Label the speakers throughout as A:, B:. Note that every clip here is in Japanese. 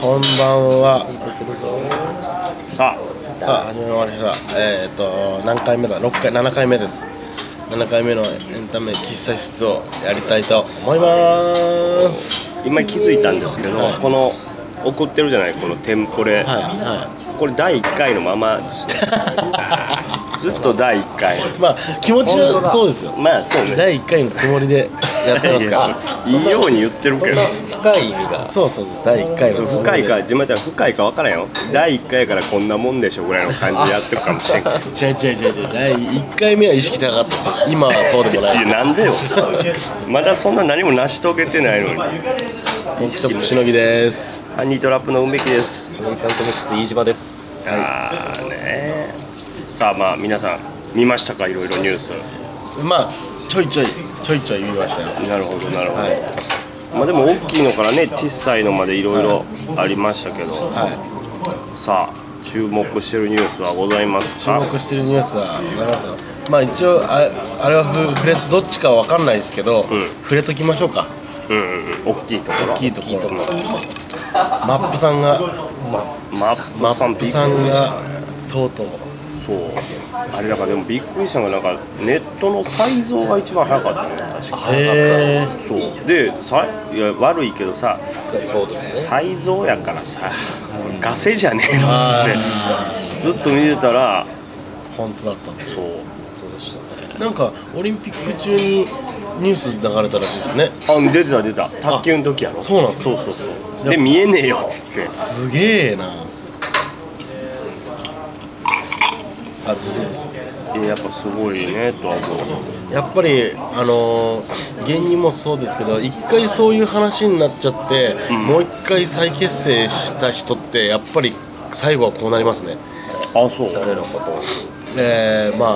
A: こんばんは。
B: さ
A: あ、始まりました。えっ、と、何回目だ ?6 回、7回目です。7回目のエンタメ喫茶室をやりたいと思います。
B: あ今気づいたんですけど、
A: はい
B: この送ってるじゃないこのテンポ
A: は
B: レ、
A: い、は
B: これ第1回のままですねずっと第1回
A: い。まあ、気持ちはそうですよ。
B: まあそうね
A: 第1回のつもりでやってますから。
B: いやいいように言ってるけど
A: 深い意味が。そうそうそう、第1回のつもりで
B: そう深いかじまちゃん深いか分からんよ第1回やからこんなもんでしょぐらいの感じでやってるかも しれんけど
A: 違う違う違う違う第1回目は意識高かったですよ今はそうでもない
B: い
A: で
B: や
A: す
B: なんでよまだそんな何も成し遂げてないのに
A: 僕ちょっとしのぎです
B: ハニートラップの梅木です
A: アメリカントミックス飯島です
B: ああねさあまあ皆さん見ましたかいろいろニュース
A: まあちょいちょいちょいちょい見ましたよ
B: なるほどなるほど、
A: はい
B: まあでも大きいのからね小さいのまでいろいろありましたけど、
A: は
B: さあ注目してるニュースはございま
A: い注
B: すか
A: 目してるニュースはございますよまあ一応あれあれはふ触れどっちかは分かんないですけど、
B: ん
A: 触れときましょうか
B: うんうんうん大きいところ
A: 大きいところマップさんが
B: マッ
A: マ
B: プさん
A: ップさんがとうとう
B: そうあれだからでもびっくりしたのがなんかネットの再造が一番早かったね確か
A: へえ
B: そうでさいや悪いけどさ
C: そうですね。
B: 再造やからさガセじゃねえの
A: あ
B: っつってずっと見てたら
A: 本当だったんです
B: そう
A: なんかオリンピック中にニュース流れたらしいですね
B: あ出てた出てた卓球の時やろ
A: そうなんす
B: そう
A: か
B: そうそうで見えねえよっつって
A: すげえなあずず
B: いややっぱすごいねとは思う
A: やっぱりあのー芸人もそうですけど一回そういう話になっちゃって、
B: うん
A: もう一回再結成した人ってやっぱり最後はこうなりますね
B: あそう
C: 誰のことを。
A: えー、まあ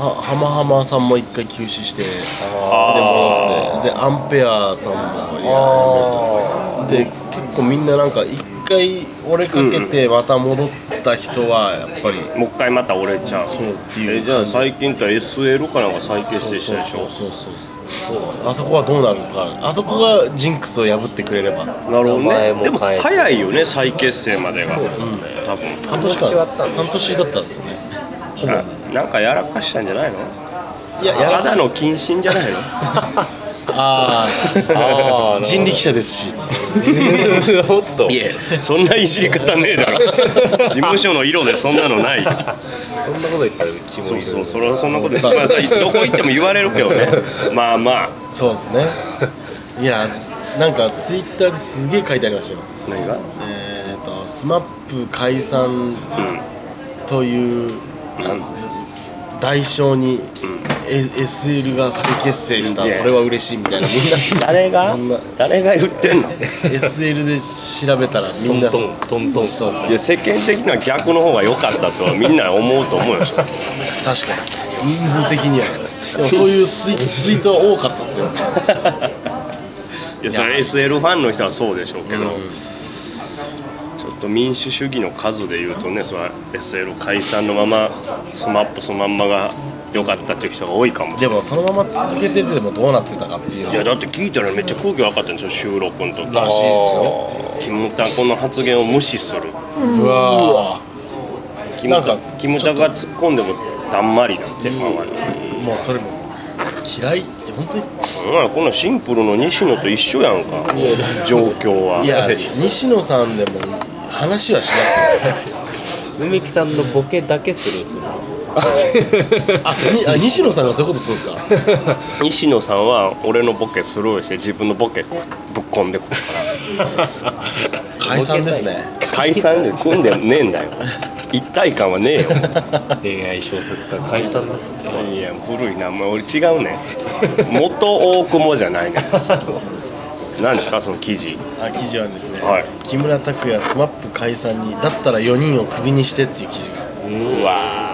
A: はハマハマさんも一回休止してで戻
B: あー
A: ってでアンペアさんもいやで結構みんななんか一回折れかけてまた戻った人はやっぱり、
B: もう一回また折れちゃう
A: そうっていう
B: えじゃあ最近って SL かなんか再結成したでしょ
A: そうそうそうそうあそこはどうなるかあそこがジンクスを破ってくれれば
B: なるほど
C: 名前
B: ね
C: も
B: でも
C: 変えて
B: 早いよね再結成までが多分
A: 半年か
C: 半年だったんですね
A: 半年だったんですよねほぼ
B: ななんかやらかしたんじゃないの
A: いややら
B: ただの謹慎じゃないの
A: あー
C: あ
A: あ
C: ー
A: 人力車ですし
C: おっと。
B: いえそんないじり方ねえだ ろ事務所の色でそんなのない
C: そんなこと言ったらうちもい
B: そう
C: る。
B: そうそれはそんなこと
A: さ
B: まあさどこ行っても言われるけどね まあまあ
A: そうですねいやなんかツイッターですげえ書いてありましたよ
B: 何が
A: えっ、ー、と SMAP 解散
B: うん
A: という、あの代償に、え SL が再結成した
B: いや
A: これは嬉しいみたいなみんな
B: 誰が
A: そんな
B: 誰が言ってんの
A: SL で調べたらみんな
C: トントントントン
A: そうそう
B: いや世間的には逆の方が良かったとはみんな思うと 思うよ
A: 確かに人数的にはでもそういうツイツイートは多かったですよ、
B: いやそれ SL ファンの人はそうでしょうけ
A: うん
B: ど、ちょっと民主主義の数で言うとねそれは SL 解散のまま SMAP そのまんまが良かったっていう人が多いかも
A: でもそのまま続けててもどうなってたかっていうの
B: いやだって聞いたらめっちゃ空気悪かったんですよ収録の時
A: らしいですよ
B: キムタコの発言を無視する
A: うわ
B: キム
A: な
B: タ
A: んか
B: キムタが突っ込んでもだんまりなんて、まあまあ
A: ーもうそれも嫌い本当に
B: ほらこのシンプルの西野と一緒やんか状況はい
A: や西野さんでも話はしますよ
C: 梅木さんのボケだけスルーするんですよ。
A: あにあ西野さんがそういうことするんですか
B: 西野さんは俺のボケスルーして自分のボケぶっ込んでくるか
A: 解散ですね
B: ら解散で組んでねえんだ よ一体感はねえよ
C: 恋愛小説家解散ですね。
B: いや古いなもう俺違うね元大久保じゃ ないね何ですかその記事
A: あ記事はですね、
B: はい
A: 木村拓哉 SMAP 解散にだったら4人をクビにしてっていう記事が
B: うわー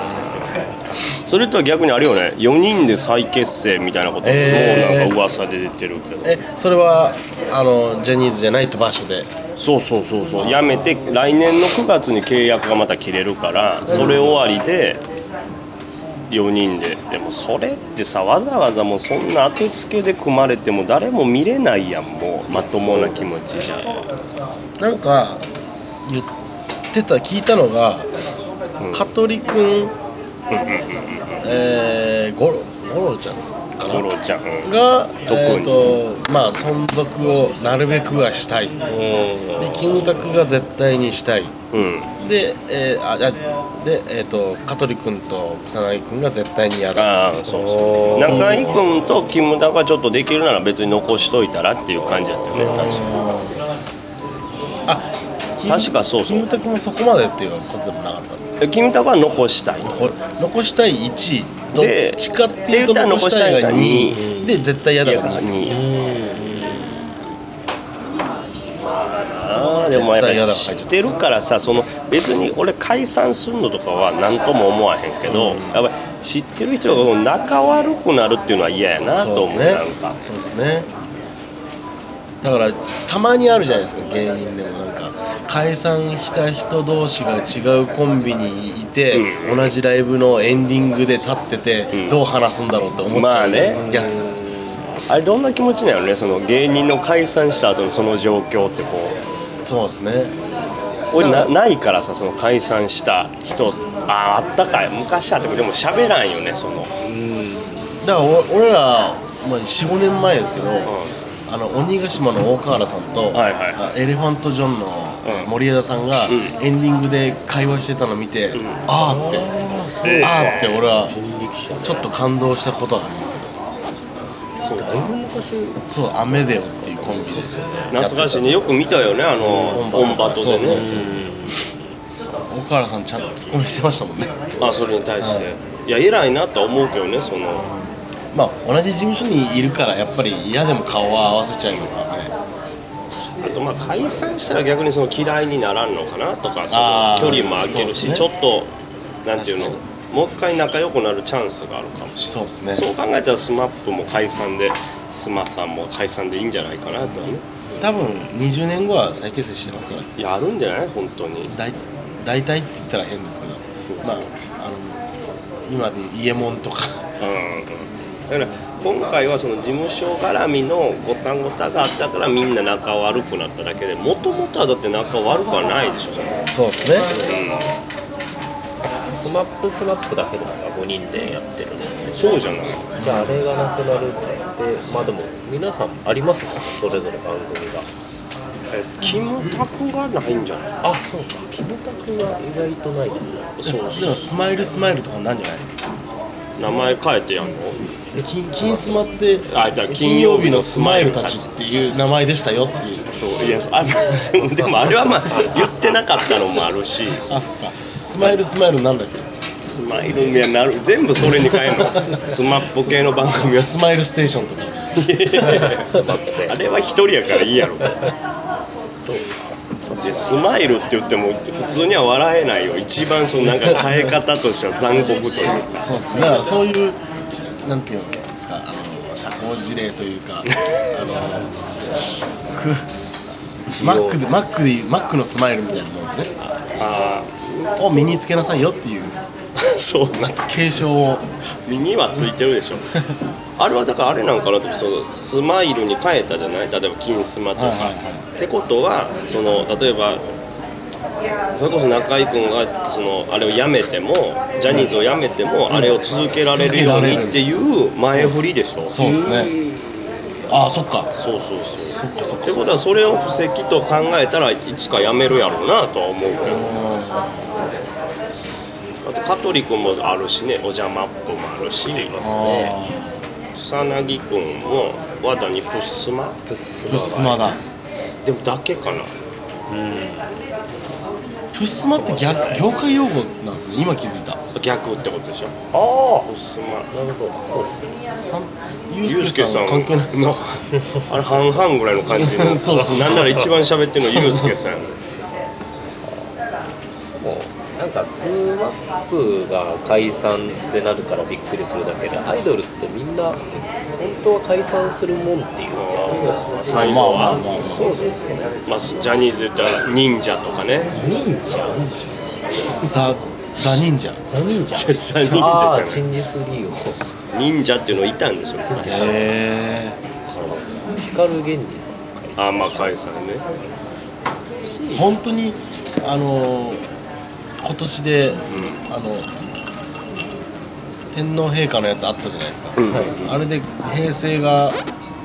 B: それとは逆にあれよね4人で再結成みたいなことも
A: えー
B: なんか噂で出てるけど、
A: えそれはあのジャニーズじゃないと場所で
B: そうそうそうそうやめて来年の9月に契約がまた切れるからそれ終わりで4人ででもそれってさわざわざもうそんな後付けで組まれても誰も見れないやんもうまともな気持ちじゃん
A: なんか言ってた聞いたのが、
B: うん
A: 香取君、
B: うんうんうんうん
A: えー、ゴロゴロちゃんかな
B: 五郎ちゃんうん
A: が、
B: 特に
A: えーとまあ、存続をなるべくはしたいでキムタクが絶対にしたい
B: うん
A: で、えーああでえー、と香取君と草薙君が絶対にやる
B: ああそうそう
C: おー
B: 中居君とキムタクがちょっとできるなら別に残しといたらっていう感じだったよね確か
A: あキム
B: 確かそうそう
A: キムタクもそこまでっていうことでもなかった
B: にでキムタクは残したいと
A: こ残したい1位ど
B: で
A: っちかっていうと
B: って言ったら
A: 残したいが
B: 残した
C: いが
A: 2位で絶対嫌だが2
B: い
A: 位
B: やあーでもやっぱり知ってるからさその別に俺解散するのとかは何とも思わへんけど、
A: うん
B: やっぱり知ってる人が仲悪くなるっていうのは嫌やなと思う
A: そうですね
B: なんか
A: そうですねだからたまにあるじゃないですか芸人でもなんか解散した人同士が違うコンビにいて、
B: うん
A: 同じライブのエンディングで立ってて、
B: うん
A: どう話すんだろうって思っちゃう
B: まあ
A: やつ、
B: あれどんな気持ちなのねその芸人の解散した後のその状況ってこ
A: そうですね
B: う俺なないからさその解散した人あああったかい昔あったけどでも喋らんよねその、
A: だからお俺ら、まあ、45年前ですけど、
B: う
A: あの鬼ヶ島の大河原さんと、
B: はいはい
A: あエレファントジョンの
B: うん
A: 森枝さんが、
B: うん
A: エンディングで会話してたの見て、
B: うん
A: あーって、
B: ええ
A: あーって俺は
C: 人力車
A: ちょっと感動したことがある
B: ん、そう
C: だいぶ昔
A: そう「アメデオ」っていうコンビで
B: 懐かしいねよく見たよねあの
A: オ
B: オ
A: ン
B: ン
A: バ
B: バ
A: ト
B: ト
A: とか
B: でね
A: そうそうそう大河原さんちゃんとツッコミしてましたもんね
B: あそれに対して、、
A: はい
B: や偉いなとは思うけどねその
A: まあ同じ事務所にいるからやっぱり嫌でも顔は合わせちゃいますからね
B: あとまあ解散したら逆にその嫌いにならんのかなとかそ
A: あー
B: の距離も空ける
A: そ
B: し、
A: うです
B: ち
A: ね
B: ょっとなんていうの
A: 確か
B: もう一回仲良くなるチャンスがあるかもし
A: そうです
B: れな
A: ね
B: い、そう考えたら SMAP も解散でスマさんも解散でいいんじゃないかなとはね
A: 多分20年後は再結成してますから
B: いやあるんじゃない本当に
A: 大大体って言ったら変ですけど
B: そう
A: まああの今で言う伊右衛門とか
B: うんだから今回はその事務所絡みのごたごたがあったからみんな仲悪くなっただけでもともとはだって仲悪くはないでしょそれ
A: そうですね
B: う
C: スマップスマップだけですか5人でやってるのって
B: んそうじゃない
C: じゃああれがナショナルでまあでも皆さんありますかそれぞれ番組が
B: えキムタクがないんじゃない
C: あそうかキムタクは意外とないですね
B: そう
A: でもスマイルスマイルとかなんじゃない
B: 名前変えてやんの
A: 金金スマって
B: あだから
A: 金曜日のスマイルたちっていう名前でしたよっていう
B: そういやあのでもあれはまあ言ってなかったのもあるし
A: あそっかスマイルスマイルなんですか
B: スマイルいやなる全部それに変えるのススマップ系の番組は
A: スマイルステーションとか
B: あれは一人やからいいやろ
C: そう
B: いやスマイルって言っても普通には笑えないよ一番そのなんか変え方としては残酷という か
A: そうですねだからそういうなんていうんですかあの社交辞令という かあのくマックでマックでマックのスマイルみたいなもんですね
B: あ
A: を身につけなさいよっていう
B: あそうなん
A: 継承 を
B: 身にはついてるでしょあれはだからあれなんかなと思ってそのスマイルに変えたじゃない例えば金スマとか、
A: はいはいはい
B: ってことはその例えばそれこそ中居君がそのあれをやめてもジャニーズをやめてもあれを続けられるようにっていう前振りでしょ
A: そうですねああそっか
B: そうそうそう
A: そっかそっ
B: っ
A: か
B: てことはそれを布石と考えたらいつか辞めるやろうなとは思うけどあと香取君もあるしねおじゃまっぽもあるし
A: あ
B: 草薙君も和田にプッスマ
C: プス
A: ープスマだ
B: でもだけかな
A: プスマって逆業界用語なんですね今気づいた
B: 逆ってことでしょ
C: あ
B: プッスマ
C: あなるほどそうですね
A: さんユー
B: ユー
A: ス
B: スケ
A: ケさ
B: さ
A: ん
B: ん
A: は関係ない の
B: あれ半々ぐらいの感じの
A: そうそうそう
B: なんなら一番喋ってるのユースケさんやね
C: もうなんかスマップが解散ってなるからびっくりするだけでアイドルってみんな本当は解散するもんっていう
B: あー
A: まあ
B: 最後
A: まあまあ
B: は
A: まあ
C: そうですよね
B: まあジャニーズで言ったら忍者とかね
C: 忍者
A: ザ・ザ・忍者
C: ザ忍者
B: ザ忍者じゃない
C: あーチンギス・リーを
B: 忍者っていうのいたんですよ
A: へえ
C: 光源氏さん
B: あーまあ解散ね
C: し
A: 本当にあの今年で、
B: ん
A: あの天皇陛下のやつあったじゃないですか、
B: うん
C: はい
A: あれで平成が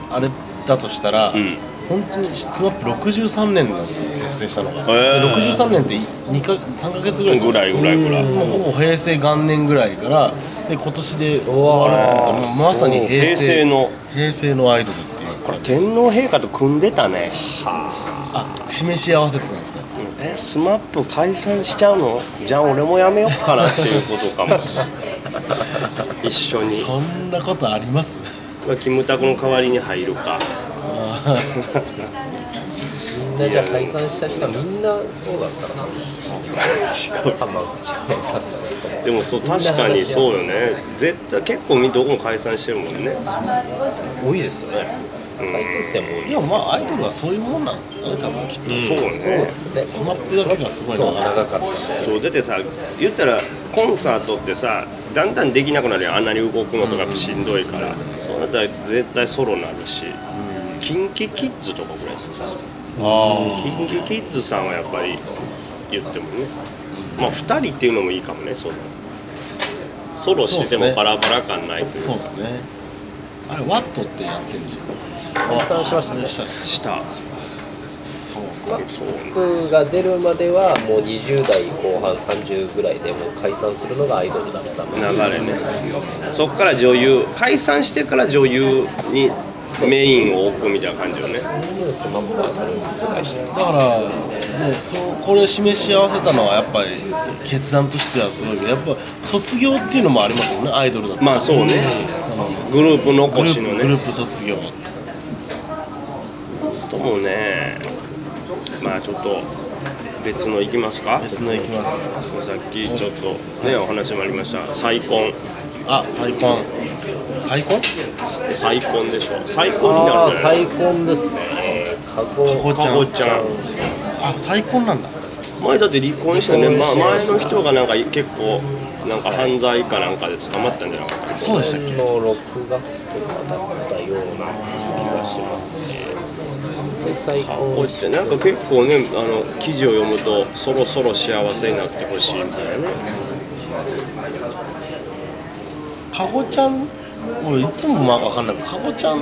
A: あれだとしたら、
B: うん
A: 本当にスマップ63年なんですよ平成したのが、
B: へー
A: 63年って2か3か月ぐらいですか
B: ぐらいぐらいぐらい
A: もうほぼ平成元年ぐらいからで今年で終わるって言ったらもうまさに平成
B: 平成の
A: 平成のアイドルっていう
B: これ天皇陛下と組んでたねは
A: あ示し合わせてたんですか
B: あえスマップ解散しちゃうのじゃあ俺もやめようかなっていうこと かも一緒に
A: そんなことあり ます
B: まあキムタクの代わりに入る か
A: あー
C: みんなじゃあ解散した人はみんなそうだったらな
B: 違う
C: 浜口解散さ れ
B: でもそう確かにそうよね絶対結構みどこも解散してるもんね
C: 多いですよね再結成も多い
A: でもまあアイドルはそういうもんなんですよね多分きっと、
B: そうね
C: ね
A: スマップだけがすごいな
C: そう長かったね
B: そうだってさ言ったらコンサートってさだんだんできなくなるよあんなに動くのとかしんどいから、そうなったら絶対ソロになるしキンキキッズとかぐらいですよ
A: あ
B: キンキキッズさんはやっぱり言ってもねまあ2人っていうのもいいかもねソロソロしてて
A: そうですね
B: もバラバラ感ないと
A: あ
B: いう
A: そうですねあれワットってやってるんですよ
C: 解散しましたね
A: ねし
B: した
A: そう
C: まあ
B: そう
C: 僕が出るまではもう20代後半30ぐらいでもう解散するのがアイドルだったの
B: 流
C: で
B: れねそっから女優解散してから女優にメインを置くみたいな感じよね
C: スマップはそれを覆した
A: だからねそうこれ示し合わせたのはやっぱり決断としてはすごいけどやっぱ卒業っていうのもありますもんねアイドルだと
B: まあそうね
A: その
B: グループ
A: グ
B: 残
A: ル
B: し
A: ー
B: の
A: プグルー
B: ね
A: プ卒業
B: ともねまあちょっと別の行きますか
A: 別の行きますね
B: さっきちょっとねお話もありました再婚
A: あ再婚再婚
B: 再婚でしょ再婚になる
C: ああ
B: んじゃない
C: 再婚ですねカゴ
A: カ
B: か
A: ゴ
B: ご
A: ち
B: ち
A: ゃん
B: ゃん
A: あ再婚なんだ
B: 前だって離婚したよね、まあ、前の人がなんか結構なんか犯罪かなんかで捕まったんじゃなかったっけ
A: そうでしたっけ
C: の6月とかだったような気がしますねで再婚して
B: なんか結構ねあの記事を読むとそろそろ幸せになってほしいみたいなね
A: カゴちゃんもういつもなんか分かんないけどカゴちゃん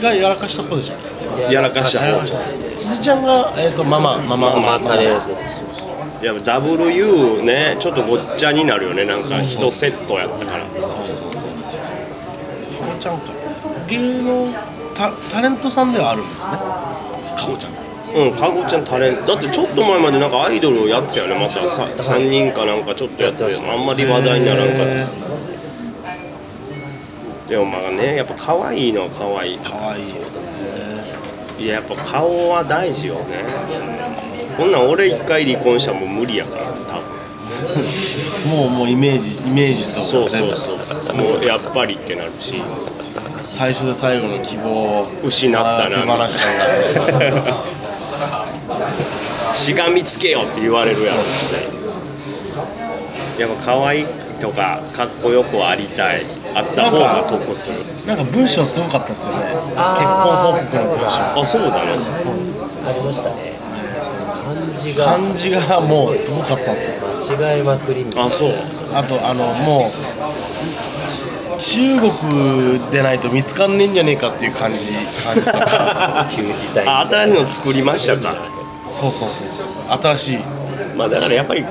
A: がやらかした方でしたっけ
B: やらかした
A: やらかした辻ちゃんが、えー、とママママ
B: ママ
A: ママ
C: です
B: いや WU ねちょっとごっちゃになるよねなんか1セットやったから
A: そうそうそうカゴちゃんか芸能タタレントさんではあるんですねカゴちゃん
B: うんかごちゃんタレントだってちょっと前までなんかアイドルをやってたよねまたさ3人かなんかちょっとやってたよあんまり話題にならんか
A: へ
B: ったでもまあねやっぱ可愛いのは可愛い
A: ーかわいいですね
B: いややっぱ顔は大事よねこんなん俺一回離婚したらもう無理やから多分
A: もうもうイメージイメージと
B: そうそ
A: 全
B: う
A: 部
B: そうもうやっぱりってなるし
A: 最初で最後の希望を
B: 失った
A: 手
B: な
A: 放したんだ
B: しがみつけよって言われるやろうしやっぱ可愛いとかかっこよくありたいあった方が得する
A: なんか文章すごかったですよね結婚
C: あー
A: 報告の文
C: そうだ
A: 章
B: あそうだね
C: ありましたね漢字が
A: 漢字がもうすごかったんですよ
C: 間違えまくりみたい
B: あ
C: な
B: そう
A: あとあのもう中国でないと見つかんねえんじゃねえかっていう感じ感 じ
C: 急事態
B: あ新しいの作りましたか
A: そうそうそうそう新しい
B: まあだからやっぱり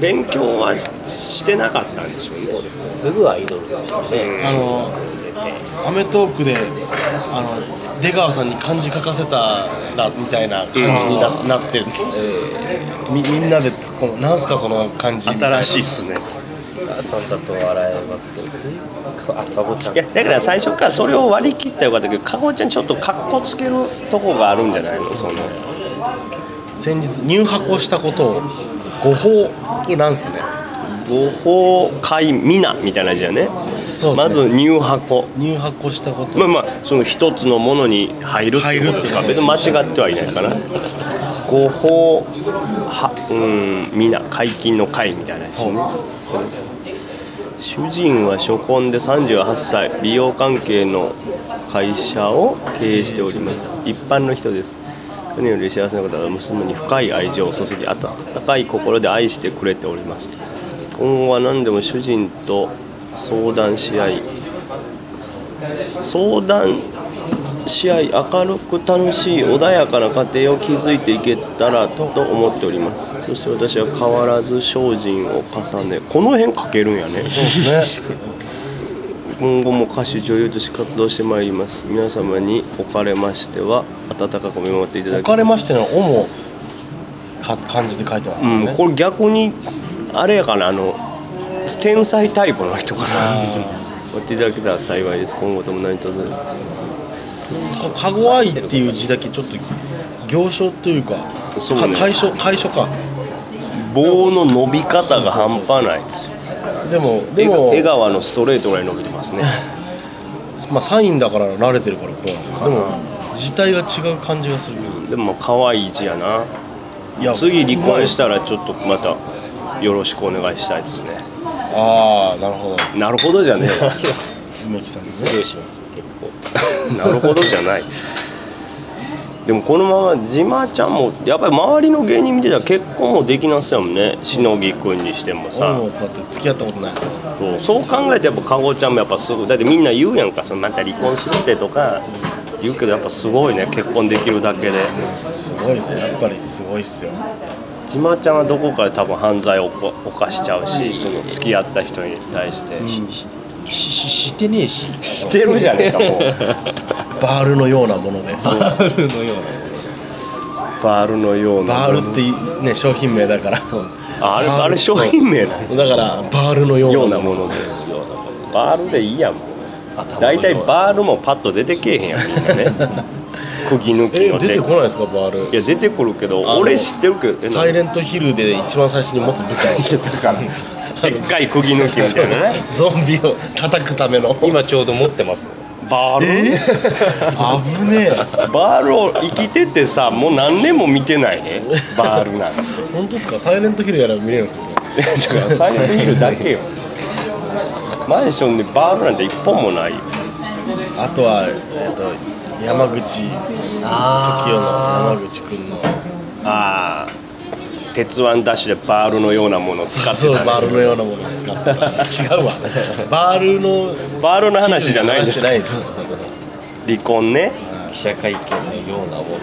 B: 勉強はししてなかったんでしょうね
C: そうですねすぐアイドルですよね
A: あの『アメトーーク』であの出川さんに漢字書かせたなみたいな感じにな,、
B: う
A: なってるみみんなで突っ込むなんすかその漢字みたいな
B: 新しいっすね
C: 母さんだと笑えますけどついあかぼちゃん
B: いやだから最初からそれを割り切ったらよかったけどかごちゃんちょっとかっこつけるとこがあるんじゃないのその
A: 先日入箱したことを誤報これなんですかね
B: ご法会皆みたいな字やね
A: そうですね
B: まず入箱
A: 入箱したこと
B: まあまあその一つのものに入るってことですか
A: 入るっ
B: 別
A: て
B: に
A: こと
B: 間
A: です
B: 違ってはいないかなご法はうん皆解禁の会みたいな字
A: そう
B: ね主人は初婚で38歳美容関係の会社を経営しております一般の人です何より幸せなことは娘に深い愛情を注ぎ温かい心で愛してくれております今後は何でも主人と相談し合い相談し合い明るく楽しい穏やかな家庭を築いていけたらと思っておりますそして私は変わらず精進を重ねこの辺書けるんやね 今後も歌手女優として活動してまいります皆様におかれましては温かく見守っていただ
A: お
B: き、
A: 金ましての「お」もか漢字で書いてます
B: う
A: ね、
B: ん、これ逆にあれやかなあの天才タイプの人かな
A: あ
B: おっていただけたら幸いです今後とも何卒
A: ーかかごわいっていう字だけちょっと行商というか
B: そうね
A: か解消解消か
B: 棒の伸び方が半端ないですよ
A: でもでも
B: 江川のストレートぐらい伸びてますね
A: まあサインだから慣れてるからこうなんですでも字体が違う感じがするけど
B: でも可愛い字やない
A: や
B: 次離婚したらちょっとまたよろしくお願いしたいですね
A: ああなるほど
B: なるほどじゃねえわ
A: 梅木さんです
C: 失礼
A: ね
C: します結構
B: なるほどじゃないでもこのままじまちゃんもやっぱり周りの芸人見てたら結婚もできなすよねしのぎくんにしてもさ
A: 音楽だって付き合ったことないですよ
B: そうそう考えてやっぱかごちゃんもやっぱすごいだってみんな言うやんかそのまた離婚しろってとか言うけどやっぱすごいね結婚できるだけです
A: ごいですよやっぱりすごいっすよ
B: じまちゃんはどこかで多分犯罪を犯犯しちゃうしその付き合った人に対して、
C: しししてねえし
B: してるじゃねえか もう
A: バールのようなもので
C: バールのような
B: バールのような
A: バールってね商品名だから
C: そうです
B: ああれ
A: バールと
B: あれ商品名なの
A: だからバールのような
B: ようなものでバールでいいやもう
C: 頭
B: 大体バールもパッと出てけえへんやんみんな ね釘抜 き
A: え
B: の
A: 出てこない
B: い
A: ですかバー
B: い
A: ル
B: や出てくるけど
A: あの
B: 俺知ってるけどえ
A: サイレントヒルで一番最初に持つ舞 台ですよ
B: でっかい釘抜きみたいなね
A: ゾンビを叩くための
C: 今ちょうど持ってます
B: バール、
A: 危ねえ
B: バールを生きててさもう何年も見てないねバールなんて
A: 本当ですかサイレントヒルやら見れるんですかこれ
B: だからサイレントヒルだけよマンションでバールなんて一本もないよ
A: あとは、えっと山口 TOKIO の山口くんの
B: ああ鉄腕ダッシュでバールのようなものを使って
A: そう
B: たね、
A: バールのようなものを使ってた違うわバールの
B: バールの話じゃないんです
A: 話
B: 離
A: じゃないです
B: 婚ね
C: 記者会見のようなものを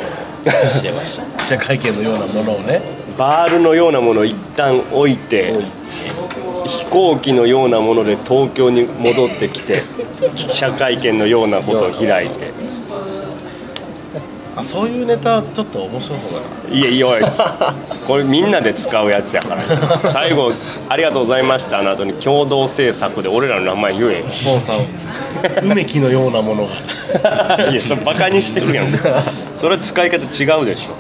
C: してました
A: 記者会見のようなものをね
B: バールのようなものを一旦置いて飛行機のようなもので東京に戻ってき て記者会見のようなことを開いて
A: あそういうネタちょっと面白そうだない
B: やいやおい つこれみんなで使うやつやから最後「ありがとうございました」の後に共同制作で俺らの名前言え よ
A: スポンサーを梅木のようなものが
B: いやそれバカにしてるやんかそれは使い方違うでしょ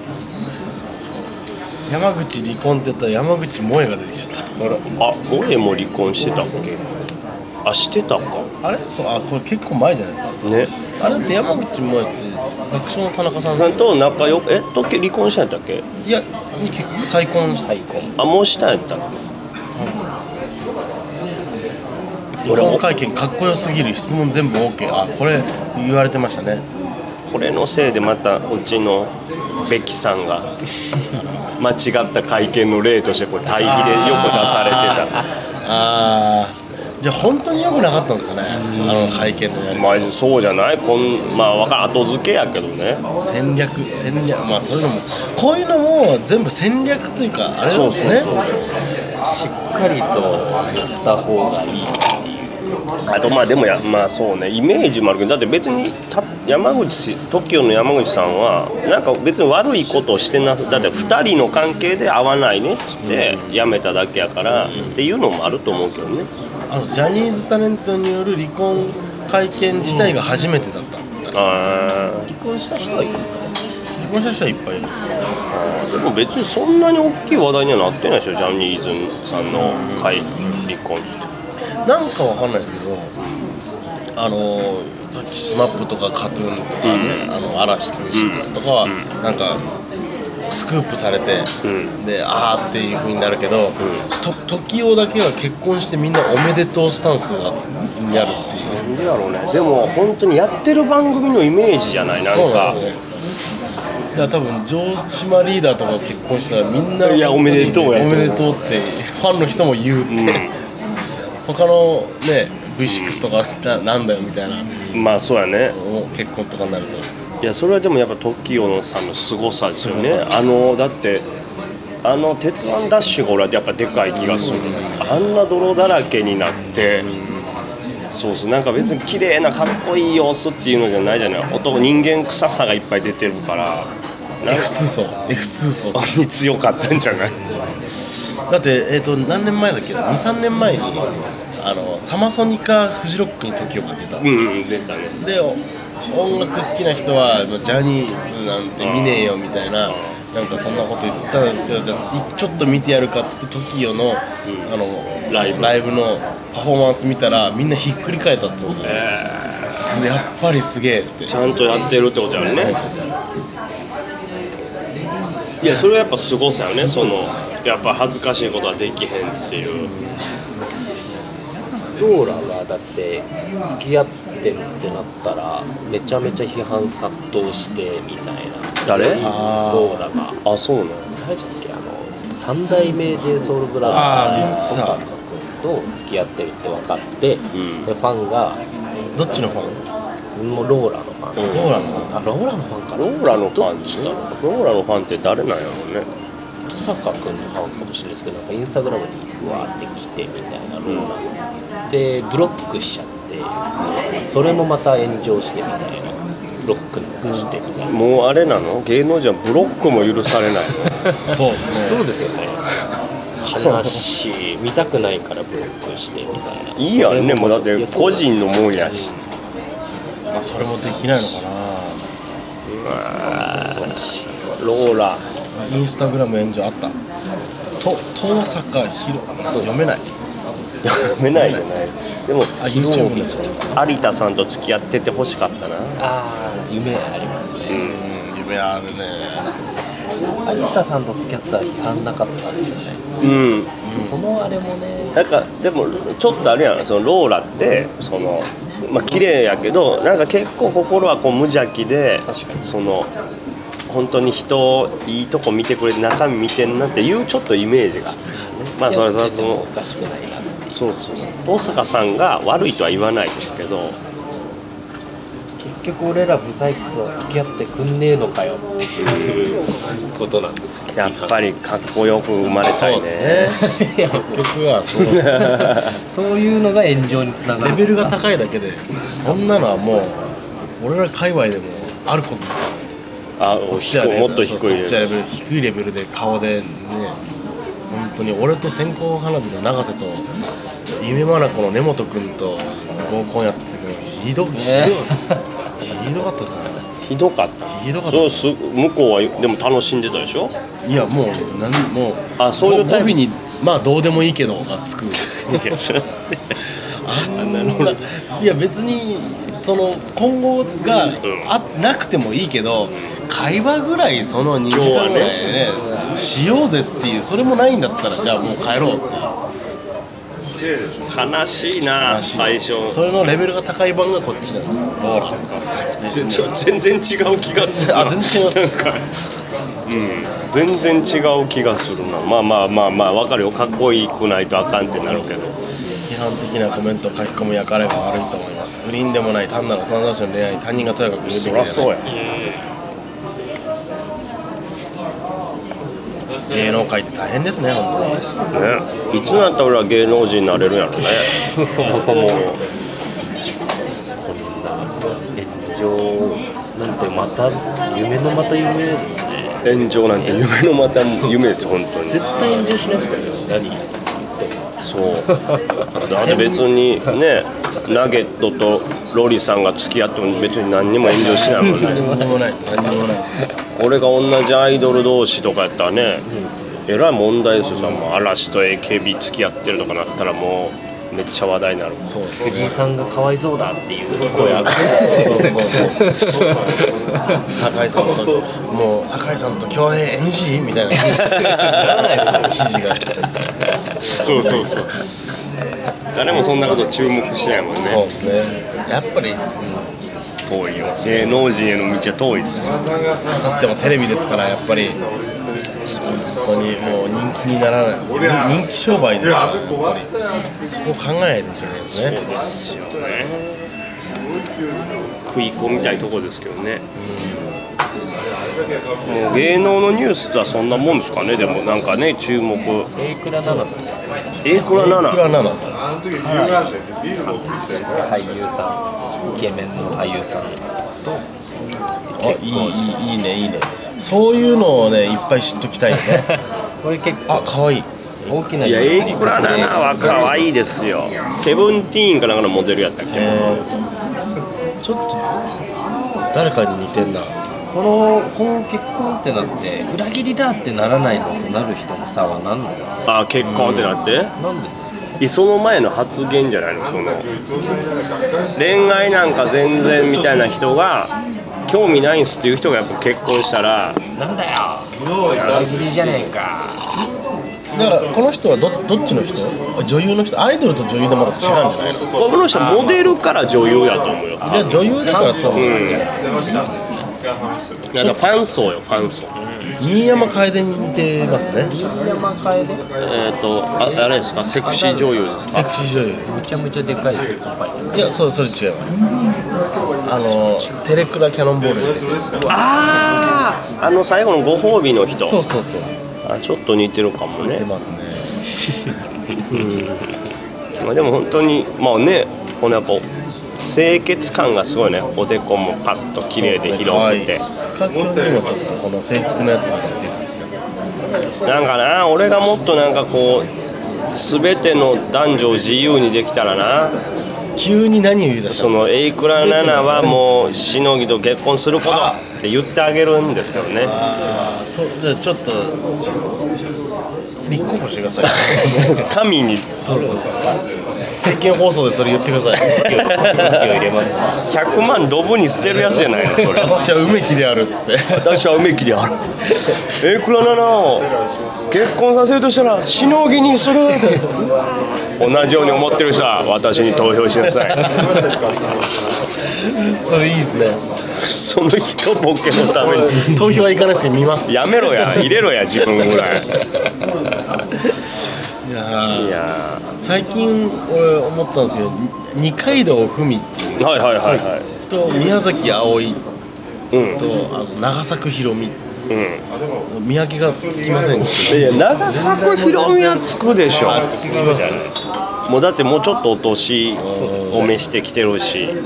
A: 山口離婚って言ったら山口萌えが出てきちゃったほら
B: あ俺も離婚してたっけあしてたか
A: あれそうあこれ結構前じゃないですか
B: ね
A: あれって山口萌えって爆笑の田中さん
B: さんと仲良くえっと離婚したんやったっけ
A: いや結構再婚再婚
B: あもうしたんやったっけ
A: 俺も会見かっこよすぎる質問全部 OK あこれ言われてましたね
B: これのせいでまたうちのベキさんが間違った会見の例としてこう対比でよく出されて
A: あーじゃあ本当によくなかったんですかねあの会見のや
B: た
A: り
B: ま
A: 方
B: あそうじゃないこんまあわかん後付けやけどね
A: 戦略戦略まあそういうのもこういうのも全部戦略というかあれなんですね
B: そうそうそ
C: しっかりと言った方がいいっていう
B: うあとまあでもやまあそうねイメージもあるけどだって別にた山口氏 TOKIO の山口さんはなんか別に悪いことをしてなさだって2人の関係で合わないねっつって辞めただけやからっていうのもあると思うけどね
A: あのジャニーズタレントによる離婚会見自体が初めてだった、
B: あー
C: 離婚した人はいるんですかね
A: 離婚した人はいっぱいいる
B: あーでも別にそんなに大きい話題にはなってないでしょジャニーズさんの会離婚って
A: なんかわかんないですけどあのさっき SMAP とか KAT−TUN とかね、
B: うん
A: あの嵐プシッツとかは、
B: うん
A: なんかスクープされて、
B: うん
A: であーっていう風になるけど、と時代だけは結婚してみんなおめでとうスタンスがにあるっていう
B: なんでやろうねでも本当にやってる番組のイメージじゃないなん
A: そうな
B: か
A: んですよねだから多分城島リーダーとか結婚したらみんない
B: やおめでとうや
A: おめでとうってファンの人も言うって、他のね V6 とかななんだよみたいな、
B: うん、まあそうやね
A: 結婚とかになると
B: いやそれはでもやっぱ TOKIO のさんの凄さですよね
A: 凄さ
B: あのだってあの「鉄腕ダッシュ」が俺はやっぱでかい気がするあんな泥だらけになってそうそうなんか別に綺麗なかっこいい様子っていうのじゃないじゃない男人間臭さがいっぱい出てるからなんか
A: F2 層 F2 層さ
B: に強かったんじゃない
A: だって、えー、と何年前だっけ23年前にあのサマソニカフジロックに TOKIO が出たん
B: う
A: ですよ
B: んうん出たね
A: でお音楽好きな人はもうジャニーズなんて見ねえよみたいななんかそんなこと言ったんですけどじゃあいちょっと見てやるかっつって TOKIO の,、あの
B: ライブ
A: のパフォーマンス見たらみんなひっくり返ったっつって、
B: え
A: すやっぱりすげえって
B: ーちゃんとやってるってことやねいやそれはやっぱ凄さよねそのやっぱ恥ずかしいことはできへんっていう
C: ローラがだって付き合ってるってなったらめちゃめちゃ批判殺到してみたいな
B: 誰
A: あー
C: ローラが
B: あそうなの
C: 誰だっけあの三代目 j ソ u l b r o t h
A: あー
C: e
A: さあ
C: 小坂君と付き合ってるって分かって、
B: ん
C: でファンが
A: どっちのファン
C: もうローラのファン、
B: うん
A: どうなの
C: あローラのファンかな
B: ローラのファン
C: どっ
B: っ
C: ち
B: て
C: だ
B: ロ
C: ろう
B: ーラのファンって誰なんやろうね
C: 小坂君のファンかもしれないですけどなんかインスタグラムにうわーって来てみたいなローラ、でブロックしちゃってそれもまた炎上してみたいなブロックなんかしてみたいな、
B: もうあれなの芸能人はブロックも許されない の
A: そうですね
C: そうですよね話見たくないからブロックしてみたいない
B: いいやんねもうだって個人のもんやし
A: まあ、それもできないのかな
B: うわーローラ
A: インスタグラム炎上あったと遠坂宏読めない
B: 読めないじゃないでも
A: あ YouTube になっちゃった
B: 有田さんと付き合っててほしかったな
C: ああ夢ありますね
B: うん
A: うん夢あるね
C: 有田さんと付き合ってたら批判なかったんでね、
B: うん
C: そのあれもね
B: なんかでもちょっとあれやんそのローラってそのまあ綺麗やけどなんか結構心はこう無邪気で
C: 確かに
B: その本当に人をいいとこ見てくれて中身見てんなっていうちょっとイメージがまあそれそれそ
C: も
B: の
C: おかしくないなって
B: そうそうそう大坂さんが悪いとは言わないですけど
C: 結局俺らブサイクとは付き合ってくんねえのかよっていう ことなんです
B: やっぱりかっこよく生まれたいね
C: いや
A: 結局はそう
C: そういうのが炎上につなが
A: レ
C: る
A: ベルが高いだけでこんなのはもう俺ら界隈でもあることですから
B: あ
A: こっち
B: 低
A: はレベル
B: いもっと低
A: そう
B: い
A: こっちはレベル低いレベルで顔でね本当に俺と線香花火の永瀬と夢まなこの根本君と合コンやってたけどひどひ
C: ね
A: どひどかったですからね
B: ひどかった
A: ひどかった
B: そうす向こうはでも楽しんでたでしょ
A: いやもうなんもう
B: あそういう
A: も
B: タイプ
A: 語尾にまあどうでもいいけどがつく
B: いやそれ
A: あ
B: あ
A: ん
B: な
A: な
B: るほど
A: いや別にその今後があなくてもいいけど会話ぐらいその2時間ぐらいでねしようぜっていうそれもないんだったらじゃあもう帰ろうっていう
B: 悲しいな最初
A: それのレベルが高い版がこっちなんですよローラとか
B: ぜちょ全然違う気がするな
A: あ全然違います
B: なんかうん全然違う気がするなまあまあまあまあわかるよかっこいくないとあかんってなるけど
A: 批判的なコメントを書き込むや彼が悪いと思います不倫でもない単なる大人同士の恋愛他人がとやかく言うべきで
B: そ
A: はな
B: ら
A: い
B: そうや
A: 芸能界って大変ですね本当に
B: ねいつになったら俺は芸能人になれるんやろね
C: そもそもこんな炎上なんてまた夢のまた夢ですね
B: 炎上なんて夢のまた夢です本当に
C: 絶対炎上しないですからね何言っても
B: そうだって別にねナゲットとロリさんが付き合っても別に何にも炎上しないもんね
A: 何にもない何にもないです
B: これが同じアイドル同士とかやったらね
C: う
B: えらい問題ですよさもう嵐と AKB 付き合ってるとかなったらもうめっちゃ話題になる
A: そうですね
C: 藤井さんがかわいそうだっ ていう声上がって
A: そうそうそうそう酒井さんともう酒井さんと共演 NG みたいな記事が
B: そうそうそう誰もそんなこと注目しないもんね
A: そうですねやっぱり
B: 遠いよ芸能人への道は遠いです
A: 腐ってもテレビですからやっぱり本当にもう人気にならない人人気商売ですからやっぱりそこを考えないといけないですね
B: そうですよね食い込みたいとこですけどねもう芸能のニュースとはそんなもんですかねでもなんかね注目
C: 榮倉奈々さんじゃないでしょ
B: A クラ
A: いくら
B: 7
A: 7さん
D: あの時理由があってビール持ってきて
C: 俳優さんイケメンの俳優さんと
A: あいいいいいいねいいねそういうのをねいっぱい知っときたいよね
C: これ結
A: あ
C: 構
A: 可愛い
C: 大きないニュ
B: や
C: ース
B: A クラ7は可愛いですよセブンティーンかなんかのモデルやったっけ
A: えーちょっと誰かに似てんな
C: このこの結婚ってなって裏切りだってならないのとなる人の差は何なの
B: あ結婚ってなって
C: なんでですか
B: いその前の発言じゃないのその恋愛なんか全然みたいな人が興味ないんすっていう人がやっぱ結婚したら
C: なんだよ裏切りじゃねえか
A: だからこの人はどどっちの人女優の人アイドルと女優でまた違うんじゃないの
B: この人モデルから女優やと思うよ
A: いや女優だからそう
B: う
A: なんだ
B: んいやだからファン層よファン層
A: 新山楓に似てますね
C: 新山楓
B: えっ、とああれですかセクシー女優です
A: セクシー女優です
C: むちゃむちゃでかいおっぱい
A: いやそうそれ違いますあのテレクラキャノンボールに出てる
B: あああの最後のご褒美の人
A: そうそうそうそう
B: あちょっと似てるかもね
A: 似て ますね
B: まあ、でも本当にまあねこのやっぱ清潔感がすごいねおでこもパッと綺麗で広くて、
A: 環境にもちょっとこの制服のやつが出てる
B: なんかな俺がもっとなんかこう全ての男女を自由にできたらな
A: 急に何を言い出した
B: そ
A: の
B: のエイクラナナはもうしのぎと結婚することって言ってあげるんですけど ね
A: ああそうじゃあちょっと立候補してください
B: 神に
A: そうそうそう政見放送でそれ言ってください
C: 入れます
B: 100万ドブに捨てるやつじゃないのそれ
A: 私は梅木であるっつって
B: 私は梅木であるエイクラナナを結婚させるとしたらしのぎにする同じように思ってる人は私に投票しなさい
A: それいいですね
B: その一ボケのために
A: 投票はいかないですけど見ます
B: やめろや入れろや自分ぐらい
A: いやー
B: いや
A: 最近俺思ったんですけど二階堂ふみっていう
B: ーはいはいはいは
A: と宮崎あおい
B: いうん
A: とあの長作ひろみ
B: う
A: 見分けがつきませんけ
B: んいや長作ひろみはつくでしょ
A: どあつきますね
B: もうだってもうちょっとお年を召してきてるし
C: 世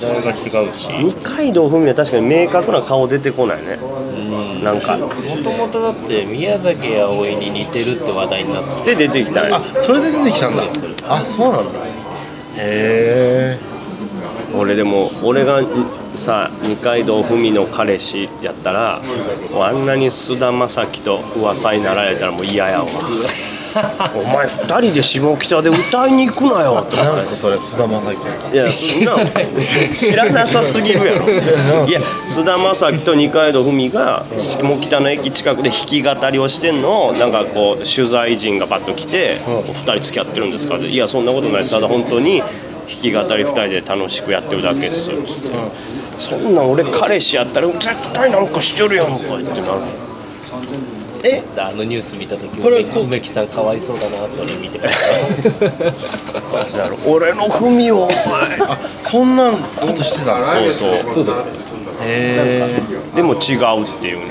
C: 代が違うし
B: 二階堂ふみは確かに明確な顔出てこないねなんか
C: もともとだって宮崎あおいに似てるって話題になって
B: で出てきたよ
A: あそれで出てきたんだあそうなんだへえ
B: 俺でも俺がさ二階堂ふみの彼氏やったらもうあんなに菅田将暉と噂になられたらもう嫌や わお前二人で下北で歌いに行くなよと
A: 何ですかそれ菅田将暉
B: いやそんな知らなさすぎるやろいや菅田将暉と二階堂ふみが下北の駅近くで弾き語りをしてんのをなんかこう取材陣がパッと来て「
A: うん
B: お二人付き合ってるんですか?」って「いやそんなことないですただ本当に弾き語り二人で楽しくやってるだけです」そんなん俺彼氏やったら絶対なんかしとるやんかいってなる
A: え
C: あのニュース見た時
A: これ
C: 梅
A: こう
C: 梅木さんかわいそうだなって俺 見てました
B: 俺のふみをお前
A: あそんなことしてたの
B: そうそう
C: そうです
A: へえ
B: でも違うっていうね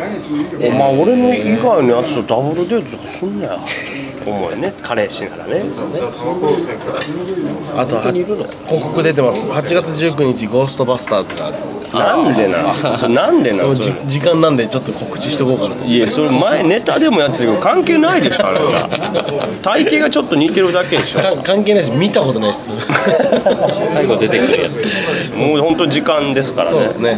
B: お前俺の以外のやつとダブルデートとかすんなよ思うよね彼氏ならね
A: あとは広告出てます8月19日ゴーストバスターズが
B: なんでなそれなんで
A: でも
B: な
A: じ
B: それ
A: 時間なんでちょっと告知しとこうかなと
B: いやそれ前ネタでもやってたけど関係ないでしょあなた体型がちょっと似てるだけでしょ
A: か関係ないし見たことないっす
C: 最後出てくるやつ
B: もう本当時間ですからね
A: そうですねは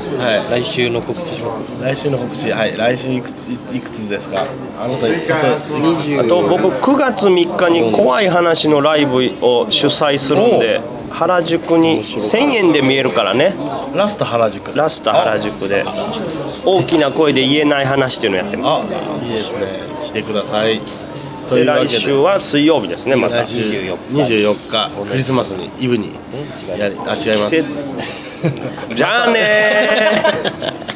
C: 来週の告知します
A: い来週の告知はい来週いくついいくつですかあなたいつと
B: あと僕9月3日に怖い話のライブを主催するんで原宿に1000円で見えるからね
A: ラスト原宿
B: ラスト原宿で大きな声で言えない話っていうのをやってま
A: あ
B: す
A: いいですね来てくださいというわけで
B: 来週は水曜日ですねまた
A: 来週24日クリスマスにイブにやりあ違いま
B: 季
A: す
B: 節じゃあねー